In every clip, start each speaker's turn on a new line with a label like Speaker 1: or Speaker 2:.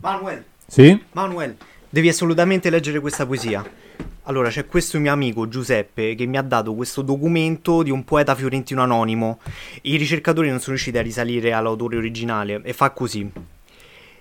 Speaker 1: Manuel,
Speaker 2: Sì?
Speaker 1: Manuel, devi assolutamente leggere questa poesia. Allora, c'è questo mio amico Giuseppe che mi ha dato questo documento di un poeta fiorentino anonimo. I ricercatori non sono riusciti a risalire all'autore originale e fa così.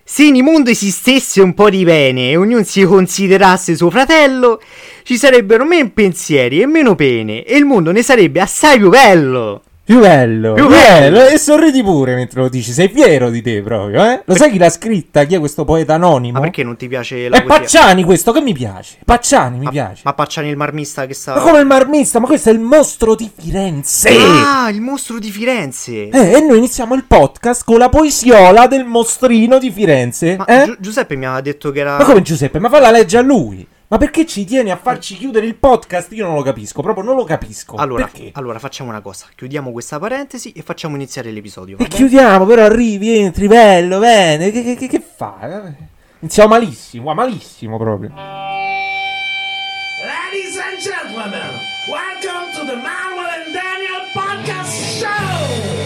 Speaker 1: Se in mondo esistesse un po' di bene e ognuno si considerasse suo fratello, ci sarebbero meno pensieri e meno pene e il mondo ne sarebbe assai più bello.
Speaker 2: Più bello,
Speaker 1: Più
Speaker 2: più
Speaker 1: bello.
Speaker 2: bello. E sorridi pure mentre lo dici. Sei fiero di te proprio, eh? Lo sai chi l'ha scritta? Chi è questo poeta anonimo?
Speaker 1: Ma perché non ti piace la
Speaker 2: È
Speaker 1: poesia?
Speaker 2: Pacciani questo che mi piace. Pacciani mi piace.
Speaker 1: Ma Pacciani il marmista che sta...
Speaker 2: Ma come il marmista, ma questo è il mostro di Firenze.
Speaker 1: Ah, il mostro di Firenze!
Speaker 2: Eh, e noi iniziamo il podcast con la poesiola del mostrino di Firenze.
Speaker 1: Ma
Speaker 2: eh?
Speaker 1: Gi- Giuseppe mi aveva detto che era.
Speaker 2: Ma come Giuseppe? Ma fa la legge a lui. Ma perché ci tieni a farci chiudere il podcast? Io non lo capisco, proprio non lo capisco.
Speaker 1: Allora,
Speaker 2: perché?
Speaker 1: allora, facciamo una cosa: chiudiamo questa parentesi e facciamo iniziare l'episodio. va
Speaker 2: E
Speaker 1: bene?
Speaker 2: chiudiamo, però arrivi, entri, bello, bene. Che, che- che- che fa? Iniziamo malissimo, guarda, malissimo proprio.
Speaker 3: Ladies and gentlemen, welcome to the Manuel and Daniel Podcast Show!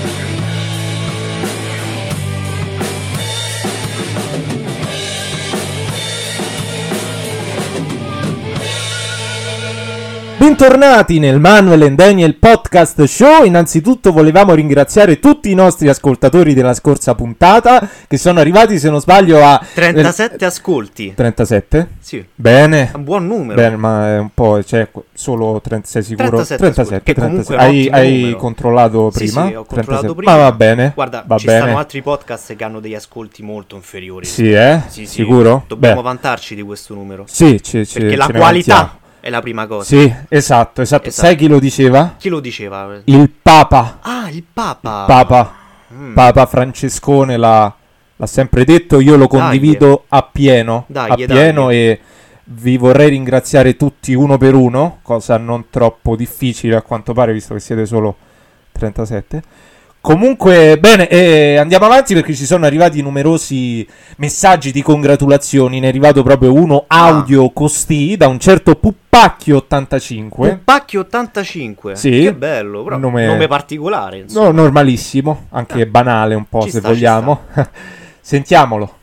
Speaker 2: Bentornati nel Manuel and Daniel Podcast Show. Innanzitutto volevamo ringraziare tutti i nostri ascoltatori della scorsa puntata che sono arrivati, se non sbaglio, a
Speaker 1: 37 ascolti.
Speaker 2: 37?
Speaker 1: Sì, è
Speaker 2: Bene.
Speaker 1: un buon numero.
Speaker 2: Bene, ma è un po', cioè, qu- solo 30, sei sicuro?
Speaker 1: 37, scusa,
Speaker 2: 37,
Speaker 1: che comunque è un
Speaker 2: Hai,
Speaker 1: ottimo
Speaker 2: hai
Speaker 1: numero.
Speaker 2: controllato
Speaker 1: Sì,
Speaker 2: prima?
Speaker 1: sì, ho controllato
Speaker 2: 37.
Speaker 1: prima.
Speaker 2: Ma va bene.
Speaker 1: Guarda,
Speaker 2: va
Speaker 1: ci
Speaker 2: bene.
Speaker 1: stanno altri podcast che hanno degli ascolti molto inferiori.
Speaker 2: Sì, eh?
Speaker 1: Sì, sì,
Speaker 2: Sicuro?
Speaker 1: Dobbiamo
Speaker 2: Beh,
Speaker 1: vantarci di questo numero.
Speaker 2: Sì, ci, ci,
Speaker 1: perché
Speaker 2: ce
Speaker 1: la
Speaker 2: ne
Speaker 1: qualità
Speaker 2: vantiamo.
Speaker 1: è la prima cosa.
Speaker 2: Sì, esatto, esatto.
Speaker 1: Esatto.
Speaker 2: Sai chi lo diceva?
Speaker 1: Chi lo diceva?
Speaker 2: Il Papa.
Speaker 1: Ah, il Papa.
Speaker 2: Papa.
Speaker 1: Mm.
Speaker 2: Papa Francescone l'ha, l'ha sempre detto, io
Speaker 1: Dai.
Speaker 2: lo
Speaker 1: eh.
Speaker 2: condivido appieno,
Speaker 1: Dai,
Speaker 2: appieno e vi vorrei ringraziare tutti uno per uno, cosa non troppo difficile a quanto pare visto che siete solo 37. Comunque, bene, eh, andiamo avanti perché ci sono arrivati numerosi messaggi di congratulazioni. Ne è arrivato proprio uno
Speaker 1: Ah.
Speaker 2: audio costì da un certo Puppacchio 85.
Speaker 1: Pacchi 85.
Speaker 2: Sì.
Speaker 1: Che bello, però. Nome,
Speaker 2: Nome-
Speaker 1: particolare. insomma.
Speaker 2: No, normalissimo, anche banale un po'
Speaker 1: Ah, Ci
Speaker 2: se
Speaker 1: sta, ci
Speaker 2: vogliamo. Sentiamolo.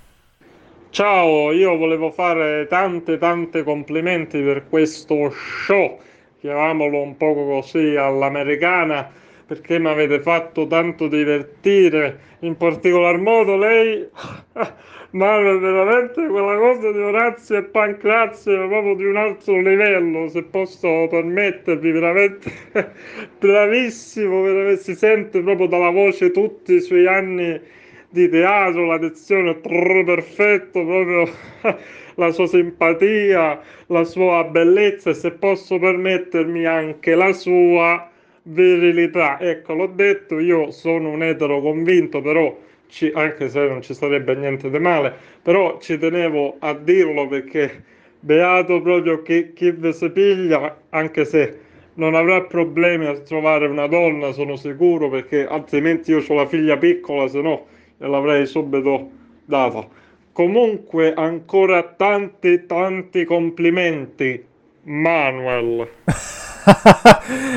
Speaker 4: Ciao, io volevo fare tante tante complimenti per questo show, chiamiamolo un poco così all'americana, perché mi avete fatto tanto divertire, in particolar modo lei, ma veramente quella cosa di Orazio e Pancrazio è proprio di un altro livello, se posso permettervi, veramente bravissimo, veramente si sente proprio dalla voce tutti i suoi anni di teatro, la dizione trrr, perfetto, proprio la sua simpatia, la sua bellezza e se posso permettermi anche la sua virilità. Ecco, l'ho detto, io sono un etero convinto, però ci- anche se non ci sarebbe niente di male, però ci tenevo a dirlo perché beato proprio chi, chi vi si piglia, anche se non avrà problemi a trovare una donna, sono sicuro, perché altrimenti io ho la figlia piccola, se no l'avrei subito data. Comunque, ancora tanti, tanti complimenti, Manuel.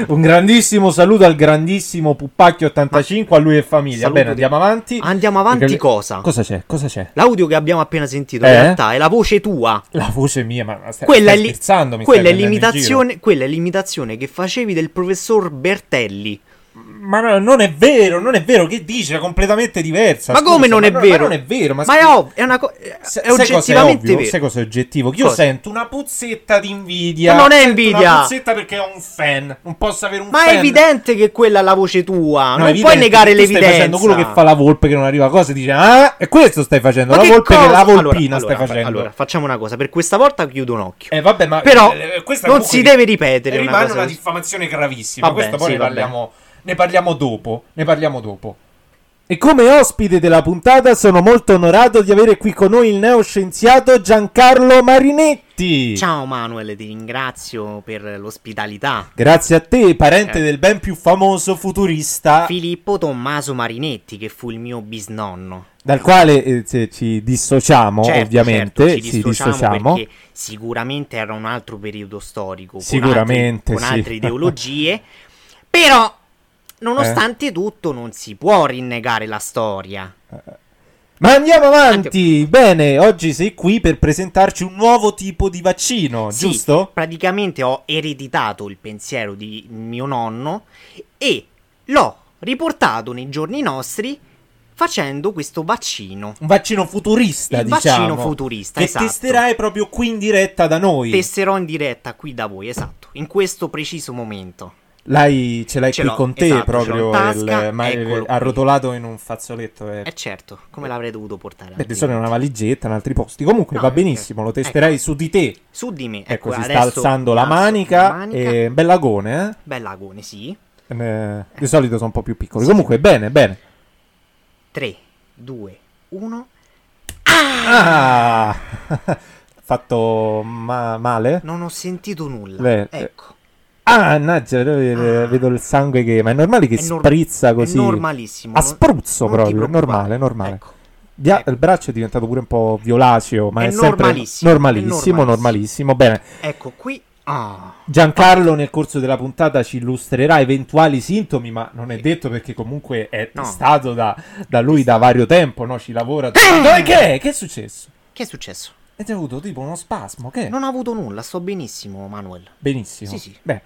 Speaker 2: un grandissimo saluto al grandissimo Puppacchio 85, a lui e famiglia.
Speaker 1: Saluto
Speaker 2: Bene,
Speaker 1: di-
Speaker 2: andiamo avanti.
Speaker 1: Andiamo avanti
Speaker 2: Perché-
Speaker 1: cosa?
Speaker 2: Cosa c'è? Cosa c'è?
Speaker 1: L'audio che abbiamo appena sentito
Speaker 2: Eh?
Speaker 1: in realtà è la voce tua.
Speaker 2: La voce mia, ma ma stai,
Speaker 1: Quella,
Speaker 2: stai
Speaker 1: è, li-
Speaker 2: scherzando? Mi
Speaker 1: quella è
Speaker 2: stai prendendo in
Speaker 1: l'imitazione, quella è l'imitazione che facevi del professor Bertelli.
Speaker 2: giro? Ma no, non è vero, non è vero. Che dici? È completamente diversa.
Speaker 1: Ma
Speaker 2: scusa,
Speaker 1: come non è
Speaker 2: no,
Speaker 1: vero?
Speaker 2: Ma non è vero. Ma,
Speaker 1: Ma è,
Speaker 2: scusa.
Speaker 1: ov- è una cosa.
Speaker 2: Sa-
Speaker 1: È
Speaker 2: sai cosa
Speaker 1: oggettivamente
Speaker 2: ovvio?
Speaker 1: vero.
Speaker 2: Sai cosa è oggettivo? Che io
Speaker 1: Cosa?
Speaker 2: sento una puzzetta di invidia.
Speaker 1: Ma non è
Speaker 2: Sento
Speaker 1: invidia!
Speaker 2: Una puzzetta perché ho un fan. Non posso avere un
Speaker 1: Ma
Speaker 2: fan.
Speaker 1: è evidente che quella è la voce tua.
Speaker 2: No,
Speaker 1: non
Speaker 2: è
Speaker 1: puoi
Speaker 2: evidente,
Speaker 1: negare
Speaker 2: tu
Speaker 1: l'evidenza.
Speaker 2: Stai facendo quello che fa la volpe che non arriva a cosa e dice "Ah, e questo stai facendo, la
Speaker 1: che
Speaker 2: volpe che
Speaker 1: cosa-
Speaker 2: la
Speaker 1: Allora,
Speaker 2: volpina
Speaker 1: allora,
Speaker 2: stai facendo".
Speaker 1: Allora, facciamo una cosa. Per questa volta chiudo un occhio.
Speaker 2: Eh, vabbè, ma
Speaker 1: Però
Speaker 2: eh, questa
Speaker 1: non
Speaker 2: comunque
Speaker 1: si deve ripetere una
Speaker 2: Rimane
Speaker 1: cosa
Speaker 2: una
Speaker 1: così.
Speaker 2: diffamazione gravissima.
Speaker 1: Vabbè,
Speaker 2: Questo poi
Speaker 1: sì,
Speaker 2: ne,
Speaker 1: vabbè.
Speaker 2: parliamo, ne parliamo dopo, ne parliamo dopo. E come ospite della puntata sono molto onorato di avere qui con noi il neoscienziato Giancarlo Marinetti.
Speaker 1: Ciao Manuel, ti ringrazio per l'ospitalità.
Speaker 2: Grazie a te, parente
Speaker 1: Eh.
Speaker 2: del ben più famoso futurista,
Speaker 1: Filippo Tommaso Marinetti, che fu il mio bisnonno.
Speaker 2: dal quale eh, se ci dissociamo,
Speaker 1: Certo,
Speaker 2: ovviamente,
Speaker 1: certo, ci dissociamo,
Speaker 2: dissociamo.
Speaker 1: perché sicuramente era un altro periodo storico con altri-
Speaker 2: Sicuramente,
Speaker 1: con
Speaker 2: sì.
Speaker 1: altre ideologie
Speaker 2: Eh?
Speaker 1: però nonostante tutto non si può rinnegare la storia
Speaker 2: Ma andiamo avanti. Bene, oggi sei qui per presentarci un nuovo tipo di vaccino,
Speaker 1: Sì,
Speaker 2: giusto?
Speaker 1: Praticamente ho ereditato il pensiero di mio nonno e l'ho riportato nei giorni nostri facendo questo vaccino.
Speaker 2: Un vaccino futurista,
Speaker 1: Il
Speaker 2: diciamo.
Speaker 1: vaccino futurista,
Speaker 2: Che
Speaker 1: esatto.
Speaker 2: testerai proprio qui in diretta da noi.
Speaker 1: Testerò in diretta qui da voi, esatto, in questo preciso momento.
Speaker 2: L'hai, ce l'hai
Speaker 1: Ce
Speaker 2: qui
Speaker 1: l'ho,
Speaker 2: con te
Speaker 1: esatto, ce l'ho
Speaker 2: proprio,
Speaker 1: in tasca,
Speaker 2: il- ma-
Speaker 1: eccolo qui.
Speaker 2: arrotolato in un fazzoletto. eh.
Speaker 1: E certo, come l'avrei dovuto portare?
Speaker 2: Beh,
Speaker 1: al
Speaker 2: di solito in
Speaker 1: limite?
Speaker 2: una valigetta, in altri posti. Comunque
Speaker 1: No,
Speaker 2: va
Speaker 1: ok.
Speaker 2: benissimo, lo testerai
Speaker 1: Ecco.
Speaker 2: su di te.
Speaker 1: Su di me,
Speaker 2: Ecco,
Speaker 1: ecco,
Speaker 2: si sta
Speaker 1: adesso
Speaker 2: alzando la
Speaker 1: alzo
Speaker 2: manica,
Speaker 1: la manica.
Speaker 2: e bell'agone,
Speaker 1: Bell'agone, sì.
Speaker 2: eh? Eh, Di solito sono un po' più piccoli. Comunque, bene, bene.
Speaker 1: 3, 2, 1.
Speaker 2: Ah! Fatto ma- male?
Speaker 1: Non ho sentito nulla.
Speaker 2: Beh,
Speaker 1: ecco.
Speaker 2: Ah, annaggia, vedo,
Speaker 1: Ah.
Speaker 2: vedo il sangue che... Ma è normale eh, che
Speaker 1: È nor-
Speaker 2: sprizza così?
Speaker 1: È normalissimo.
Speaker 2: A
Speaker 1: non-
Speaker 2: spruzzo
Speaker 1: non ti
Speaker 2: proprio,
Speaker 1: preoccupare.
Speaker 2: normale, normale.
Speaker 1: Ecco.
Speaker 2: Dia-
Speaker 1: Ecco.
Speaker 2: Il braccio è diventato pure un po' violaceo, ma è,
Speaker 1: È
Speaker 2: sempre
Speaker 1: normalissimo, è normalissimo.
Speaker 2: normalissimo, normalissimo. Bene,
Speaker 1: Ecco qui. Ah.
Speaker 2: Giancarlo nel corso della puntata ci illustrerà eventuali sintomi, ma non è detto perché comunque è
Speaker 1: No.
Speaker 2: stato da, da lui da vario tempo, no? Ci lavora... Dai, che è? Che è successo?
Speaker 1: Che è successo?
Speaker 2: E ti Eh! è avuto tipo uno spasmo, che è?
Speaker 1: Non ho avuto nulla, sto benissimo, Manuel.
Speaker 2: Benissimo.
Speaker 1: Sì, sì.
Speaker 2: Beh,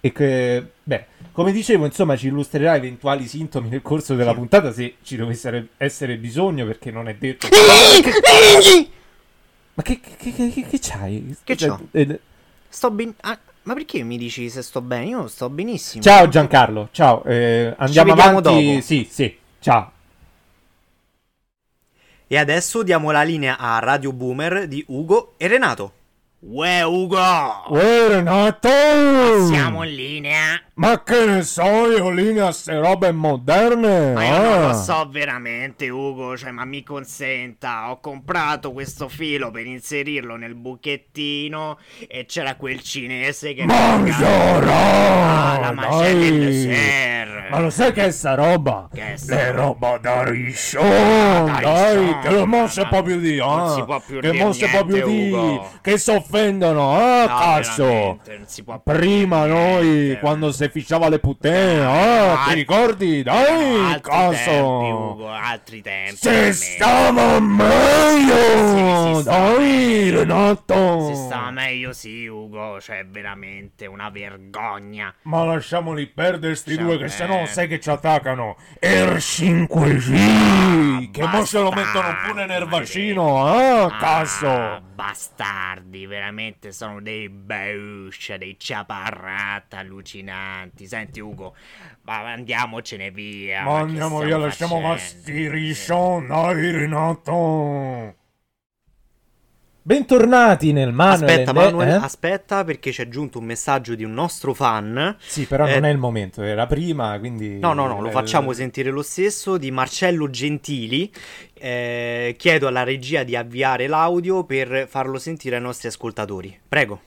Speaker 2: e che- beh, come dicevo, insomma, ci illustrerà eventuali sintomi nel corso della
Speaker 1: Sì.
Speaker 2: puntata se ci dovesse essere bisogno, perché non è detto. Ma che, che, che, che, che c'hai?
Speaker 1: Che c'ho?
Speaker 2: Eh, eh,
Speaker 1: Sto ben... ah, ma perché mi dici se sto bene? Io sto benissimo.
Speaker 2: ciao Giancarlo, ciao. eh, andiamo
Speaker 1: vediamo
Speaker 2: avanti.
Speaker 1: dopo.
Speaker 2: Sì, sì. Ciao.
Speaker 1: E adesso diamo la linea a Radio Boomer di Ugo e Renato. Uè, Ugo!
Speaker 2: Renato! Mm.
Speaker 1: Siamo in linea.
Speaker 2: Ma che ne so io lì a ste robe moderne? eh?
Speaker 1: Ma io
Speaker 2: Ah.
Speaker 1: non lo so veramente, Ugo, cioè, ma mi consenta, ho comprato questo filo per inserirlo nel buchettino e c'era quel cinese che... Ah, la mancetta del dessert!
Speaker 2: Ma lo sai che è sta roba?
Speaker 1: Che è sta
Speaker 2: Le
Speaker 1: roba? Ah,
Speaker 2: roba da rishon,
Speaker 1: da
Speaker 2: dai,
Speaker 1: rishon,
Speaker 2: che mo si
Speaker 1: ma-
Speaker 2: può più di,
Speaker 1: non
Speaker 2: ah,
Speaker 1: si può più
Speaker 2: che
Speaker 1: dire
Speaker 2: mo si può
Speaker 1: niente,
Speaker 2: più di,
Speaker 1: Ugo.
Speaker 2: che si offendono, ah,
Speaker 1: No,
Speaker 2: cazzo.
Speaker 1: veramente, non si può più
Speaker 2: Prima
Speaker 1: dire
Speaker 2: noi,
Speaker 1: niente.
Speaker 2: quando si ficciava le puttane,
Speaker 1: Erano
Speaker 2: ah, ti
Speaker 1: altri-
Speaker 2: ricordi?
Speaker 1: erano
Speaker 2: Dai,
Speaker 1: altri tempi,
Speaker 2: cazzo.
Speaker 1: Ugo, altri tempi.
Speaker 2: Si
Speaker 1: veramente.
Speaker 2: stava
Speaker 1: Sì,
Speaker 2: meglio,
Speaker 1: si stava
Speaker 2: dai,
Speaker 1: meglio.
Speaker 2: Renato.
Speaker 1: Si stava meglio, sì, Ugo, cioè, veramente una vergogna.
Speaker 2: Ma lasciamoli perdere sti
Speaker 1: Ciao,
Speaker 2: due che
Speaker 1: eh.
Speaker 2: sennò sai che ci attaccano. Er
Speaker 1: Ah,
Speaker 2: 5G! Che mo se lo
Speaker 1: Bastardi,
Speaker 2: mettono pure nel vaccino, ah, cazzo!
Speaker 1: Bastardi, veramente sono dei beuscia, dei ciaparrata allucinanti. Senti, Ugo, ma andiamocene via.
Speaker 2: Ma
Speaker 1: che
Speaker 2: andiamo
Speaker 1: stiamo
Speaker 2: via, lasciamo
Speaker 1: facendo?
Speaker 2: questi rishon, dai Renato! Bentornati nel Manuel. eh?
Speaker 1: Aspetta, Manuel, aspetta, perché c'è giunto un messaggio di un nostro fan.
Speaker 2: Sì, però
Speaker 1: Eh,
Speaker 2: non è il momento, era prima, quindi...
Speaker 1: No, no, no, lo
Speaker 2: Eh,
Speaker 1: facciamo sentire lo stesso di Marcello Gentili. Eh, chiedo alla regia di avviare l'audio per farlo sentire ai nostri ascoltatori. Prego.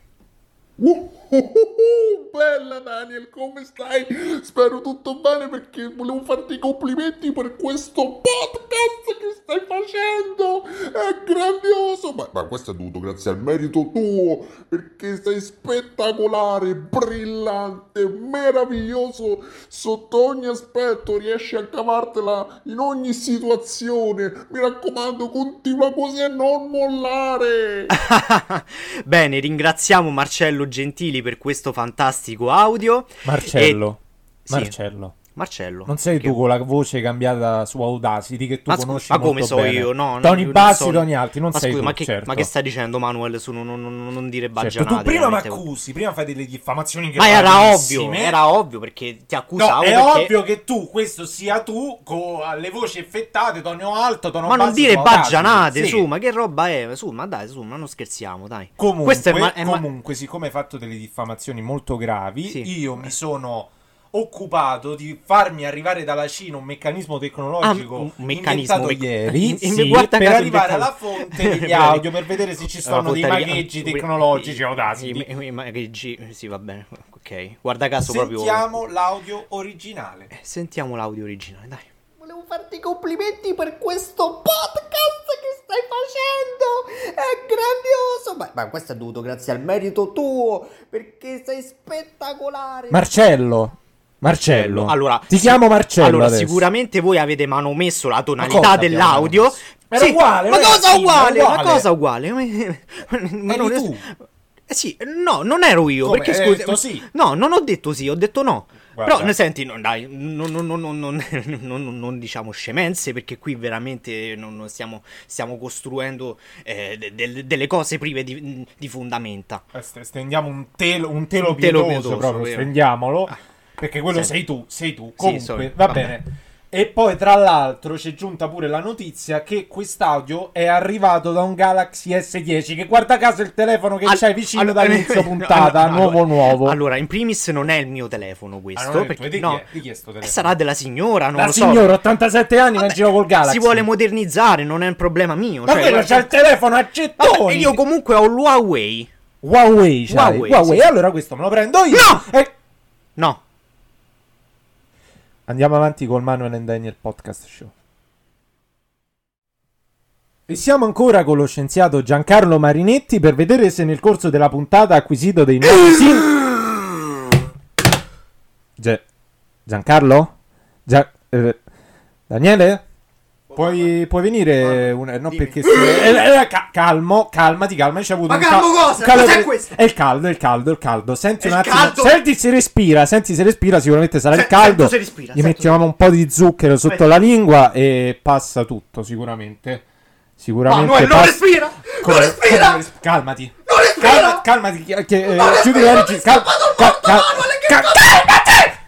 Speaker 5: Uh, uh, uh, bella Daniel, come stai? Spero tutto bene perché volevo farti i complimenti per questo podcast che stai facendo. È grandioso. Ma, ma questo è dovuto grazie al merito tuo perché sei spettacolare, brillante, meraviglioso sotto ogni aspetto. Riesci a cavartela in ogni situazione. Mi raccomando, continua così a non mollare.
Speaker 1: Bene, ringraziamo Marcello Gentili per questo fantastico audio.
Speaker 2: Marcello,
Speaker 1: Sì.
Speaker 2: Marcello.
Speaker 1: Marcello.
Speaker 2: Non sei
Speaker 1: che-
Speaker 2: tu con la voce cambiata su Audacity che tu
Speaker 1: Ma scusa,
Speaker 2: conosci
Speaker 1: ma come
Speaker 2: molto
Speaker 1: so
Speaker 2: bene.
Speaker 1: io? No, no,
Speaker 2: Toni
Speaker 1: io non
Speaker 2: bassi,
Speaker 1: so-
Speaker 2: toni alti, non
Speaker 1: ma
Speaker 2: sei
Speaker 1: scusa,
Speaker 2: tu,
Speaker 1: ma che,
Speaker 2: certo.
Speaker 1: ma che sta dicendo Manuel su non, non- non- non dire
Speaker 2: Certo,
Speaker 1: baggianate?
Speaker 2: tu prima mi
Speaker 1: veramente.
Speaker 2: accusi, prima fai delle diffamazioni
Speaker 1: Ma era ovvio,
Speaker 2: gravissime.
Speaker 1: era ovvio perché ti accusavo
Speaker 2: No, è
Speaker 1: perché-
Speaker 2: ovvio che tu, questo sia tu, con le voci effettate, tono alto, tono
Speaker 1: Ma
Speaker 2: basso.
Speaker 1: non dire
Speaker 2: su Audacity,
Speaker 1: baggianate,
Speaker 2: sì.
Speaker 1: su, ma che roba è? Su, ma dai, su, ma non scherziamo, dai.
Speaker 2: Comunque,
Speaker 1: Questo è ma- è ma-
Speaker 2: comunque, siccome hai fatto delle diffamazioni molto gravi,
Speaker 1: Sì.
Speaker 2: io mi sono occupato di farmi arrivare dalla Cina un meccanismo tecnologico
Speaker 1: Ah, un meccanismo,
Speaker 2: inventato
Speaker 1: mecc-
Speaker 2: ieri
Speaker 1: in-
Speaker 2: sì,
Speaker 1: guarda
Speaker 2: per
Speaker 1: caso
Speaker 2: arrivare alla
Speaker 1: inventato.
Speaker 2: fonte degli
Speaker 1: Vedi.
Speaker 2: audio per vedere se ci
Speaker 1: Alla
Speaker 2: sono dei
Speaker 1: fonte degli-
Speaker 2: magheggi
Speaker 1: que-
Speaker 2: tecnologici o
Speaker 1: I,
Speaker 2: dati.
Speaker 1: i- i magheggi, sì, va bene, ok. Guarda caso proprio...
Speaker 2: Sentiamo l'audio originale.
Speaker 1: Sentiamo l'audio originale, dai.
Speaker 6: Volevo farti i complimenti per questo podcast che stai facendo! È grandioso! Ma, ma questo è dovuto grazie al merito tuo, perché sei spettacolare!
Speaker 2: Marcello, Marcello.
Speaker 1: Allora,
Speaker 2: ti
Speaker 1: sì-
Speaker 2: chiamo Marcello.
Speaker 1: Allora,
Speaker 2: adesso.
Speaker 1: sicuramente voi avete manomesso la
Speaker 2: cosa
Speaker 1: tonalità
Speaker 2: abbiamo
Speaker 1: dell'audio.
Speaker 2: manomesso?
Speaker 1: Sì,
Speaker 2: uguale,
Speaker 1: ma
Speaker 2: non era
Speaker 1: cosa
Speaker 2: simile,
Speaker 1: uguale,
Speaker 2: era
Speaker 1: ma
Speaker 2: uguale.
Speaker 1: cosa uguale? Ma non-
Speaker 2: Eri tu.
Speaker 1: Eh sì, no, non ero io.
Speaker 2: Come?
Speaker 1: Perché
Speaker 2: Hai
Speaker 1: scusa,
Speaker 2: detto sì.
Speaker 1: no, non ho detto sì, ho detto no.
Speaker 2: Guarda.
Speaker 1: Però, no, senti, no, dai, non, non- non- non- non- non- non- non diciamo scemenze, perché qui veramente non, non stiamo, stiamo costruendo eh, de- de- delle cose prive di, di fondamenta.
Speaker 2: Eh, st- Stendiamo un telo, un telo
Speaker 1: Un telo
Speaker 2: pietoso,
Speaker 1: pietoso,
Speaker 2: proprio,
Speaker 1: vero. Ah.
Speaker 2: stendiamolo. Perché quello
Speaker 1: Sì.
Speaker 2: sei tu, sei tu. Comunque,
Speaker 1: sorry,
Speaker 2: va
Speaker 1: vabbè.
Speaker 2: bene. E poi, tra l'altro, c'è giunta pure la notizia che quest'audio è arrivato da un Galaxy S10. Che guarda caso è il telefono che
Speaker 1: Al-
Speaker 2: c'hai vicino
Speaker 1: allo-
Speaker 2: dall'inizio
Speaker 1: no,
Speaker 2: puntata,
Speaker 1: no,
Speaker 2: nuovo,
Speaker 1: allora-
Speaker 2: nuovo.
Speaker 1: Allora, in primis non è il mio telefono questo,
Speaker 2: Ah, non è il tuo,
Speaker 1: perché
Speaker 2: di chi
Speaker 1: no,
Speaker 2: è? Di chi è sto
Speaker 1: Eh,
Speaker 2: telefono?
Speaker 1: sarà della signora, non
Speaker 2: la
Speaker 1: lo so.
Speaker 2: signora, 87 anni, va in
Speaker 1: Vabbè,
Speaker 2: giro col Galaxy.
Speaker 1: Si vuole modernizzare, non è un problema mio.
Speaker 2: Ma
Speaker 1: cioè,
Speaker 2: quello
Speaker 1: guarda-
Speaker 2: c'ha il telefono a gettoni.
Speaker 1: Vabbè, io comunque ho l'Huawei.
Speaker 2: Huawei, c'hai.
Speaker 1: Huawei,
Speaker 2: Huawei,
Speaker 1: sì.
Speaker 2: Allora questo me lo prendo io.
Speaker 1: No!
Speaker 2: E-
Speaker 1: No,
Speaker 2: Andiamo avanti col Manuel and Daniel Podcast Show. E siamo ancora con lo scienziato Giancarlo Marinetti per vedere se nel corso della puntata ha acquisito dei nuovi sim. Ge- Giancarlo? Gia- eh, Daniele? Puoi, puoi venire? un- no, perché. se- eh, eh, ca- calmo, calmati, calma. C'è avuto
Speaker 1: Ma
Speaker 2: un ca-
Speaker 1: calmo cosa?
Speaker 2: un caldo-
Speaker 1: Cos'è questo?
Speaker 2: È il caldo, è il caldo, è il caldo. Senti
Speaker 1: È
Speaker 2: un
Speaker 1: il
Speaker 2: attimo.
Speaker 1: caldo?
Speaker 2: Senti se respira, senti se respira. Sicuramente sarà
Speaker 1: Se-
Speaker 2: il caldo.
Speaker 1: sento se respira, Esatto.
Speaker 2: Gli
Speaker 1: sento
Speaker 2: mettiamo un po' di zucchero sotto
Speaker 1: Aspetta.
Speaker 2: la lingua e passa tutto, sicuramente. Sicuramente.
Speaker 1: Manuel, non
Speaker 2: pas-
Speaker 1: respira!
Speaker 2: Come-
Speaker 1: Non respira!
Speaker 2: come res- Calmati.
Speaker 1: Non respira!
Speaker 2: Calma- calmati. Che, che, eh,
Speaker 1: respira,
Speaker 2: chiudi la
Speaker 1: mi
Speaker 2: regis-
Speaker 1: è scappato il
Speaker 2: cal-
Speaker 1: morto,
Speaker 2: cal-
Speaker 1: Manuel, che
Speaker 2: cal-
Speaker 1: cosa-
Speaker 2: calmati!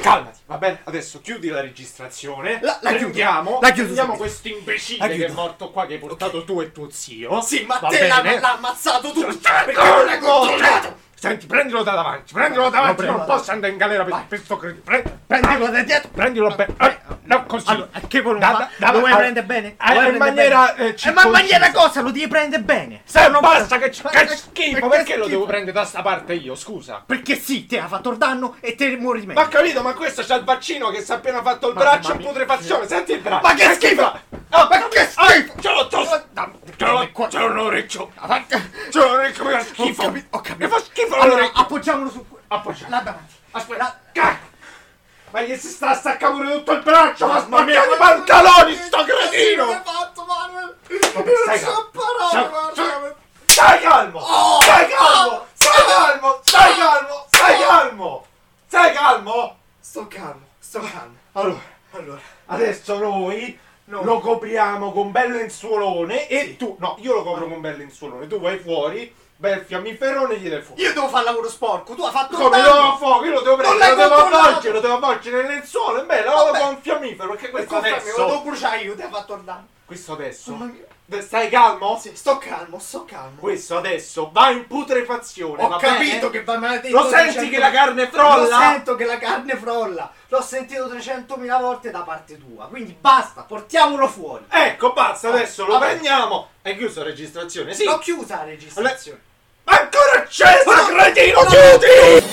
Speaker 2: Calmati, va bene, adesso chiudi la registrazione.
Speaker 1: La- la chiudo,
Speaker 2: chiudiamo.
Speaker 1: la chiudo
Speaker 2: Prendiamo
Speaker 1: subito.
Speaker 2: questo imbecille
Speaker 1: La
Speaker 2: che è
Speaker 1: chiudo.
Speaker 2: morto qua, che hai portato tu e tuo zio.
Speaker 1: Sì, ma
Speaker 2: Va
Speaker 1: te l'ha-
Speaker 2: bene?
Speaker 1: l'ha ammazzato tu.
Speaker 2: Perché non l'hai controllato? Senti, prendilo da davanti, prendilo da davanti, non posso andare in galera per questo credito. prendilo da dietro, prendilo bene. Eh, no, così.
Speaker 1: Allora, a che volontà? Lo vuoi prendere bene? Lo
Speaker 2: Eh,
Speaker 1: vuoi
Speaker 2: in
Speaker 1: prendere
Speaker 2: maniera
Speaker 1: bene?
Speaker 2: eh,
Speaker 1: Eh, ma in maniera
Speaker 2: circoncisa.
Speaker 1: cosa? Lo devi prendere bene.
Speaker 2: Se non basta che,
Speaker 1: Ma
Speaker 2: che
Speaker 1: che
Speaker 2: schifo,
Speaker 1: schifo,
Speaker 2: perché lo
Speaker 1: schifo.
Speaker 2: devo prendere da sta parte io, scusa?
Speaker 1: Perché sì, te ha fatto il danno e te muori meglio.
Speaker 2: Ma ho capito, ma questo c'ha il vaccino che si è appena fatto il braccio in putrefazione, senti il braccio!
Speaker 1: Ma che schifo!
Speaker 2: Ah,
Speaker 1: Ma che schifo!
Speaker 2: Ce l'ho, ce l'ho! Ah, Ce l'ho, ce l'ho un orecchio! Ce l'ho un orecchio, mi fa schifo!
Speaker 1: Ah, Ho capi- ho capito.
Speaker 2: Mi fa schifo
Speaker 1: Allora,
Speaker 2: l'orecchio!
Speaker 1: appoggiamolo su...
Speaker 2: Appoggiamo.
Speaker 1: Là davanti.
Speaker 2: Aspetta, cacca! Ma gli si sta a staccare pure tutto il braccio, ma
Speaker 1: Mamma mia,
Speaker 2: spaccando i
Speaker 1: che-
Speaker 2: pantaloni, sto
Speaker 1: Che
Speaker 2: cretino!
Speaker 1: fatto, Manuel?
Speaker 2: stai
Speaker 1: Non so
Speaker 2: calmo.
Speaker 1: parole,
Speaker 2: Stai-
Speaker 1: guarda.
Speaker 2: Stai calmo!
Speaker 1: Oh,
Speaker 2: Stai calmo! Stai calmo! Stai calmo! Stai calmo! Stai calmo! Ah.
Speaker 1: Sto calmo, sto calmo.
Speaker 2: Allora,
Speaker 1: Allora,
Speaker 2: adesso noi
Speaker 1: No.
Speaker 2: lo copriamo con bel lenzuolone e tu... No, io lo copro con bel lenzuolone, tu vai fuori, bel fiammiferone e gli dai fuoco.
Speaker 1: io devo fare lavoro sporco, tu hai fatto
Speaker 2: Come
Speaker 1: un
Speaker 2: lo
Speaker 1: danno.
Speaker 2: devo fuoco, io lo devo prendere,
Speaker 1: l'hai
Speaker 2: lo devo
Speaker 1: controllato.
Speaker 2: avvolgere, lo devo avvolgere nel lenzuolo e beh, lo
Speaker 1: Vabbè.
Speaker 2: devo un fiammifero, perché questo
Speaker 1: Scusami, lo devo
Speaker 2: ecco adesso...
Speaker 1: bruciare io, ti hai fatto il danno.
Speaker 2: Questo adesso...
Speaker 1: Mamma mia.
Speaker 2: De- Stai calmo?
Speaker 1: Sì, sto calmo, sto calmo.
Speaker 2: Questo adesso va in putrefazione,
Speaker 1: Ho
Speaker 2: va
Speaker 1: capito
Speaker 2: bene? eh?
Speaker 1: che va male
Speaker 2: Lo senti che la carne frolla?
Speaker 1: Lo sento che la carne frolla. L'ho sentito 300.000 volte da parte tua. Quindi basta, portiamolo fuori.
Speaker 2: Ecco, basta, adesso lo
Speaker 1: Vabbè.
Speaker 2: prendiamo. È chiuso la registrazione, sì.
Speaker 1: L'ho chiusa la registrazione.
Speaker 2: Ancora accesa,
Speaker 1: Ma no,
Speaker 2: cretino,
Speaker 1: no.
Speaker 2: chiudi!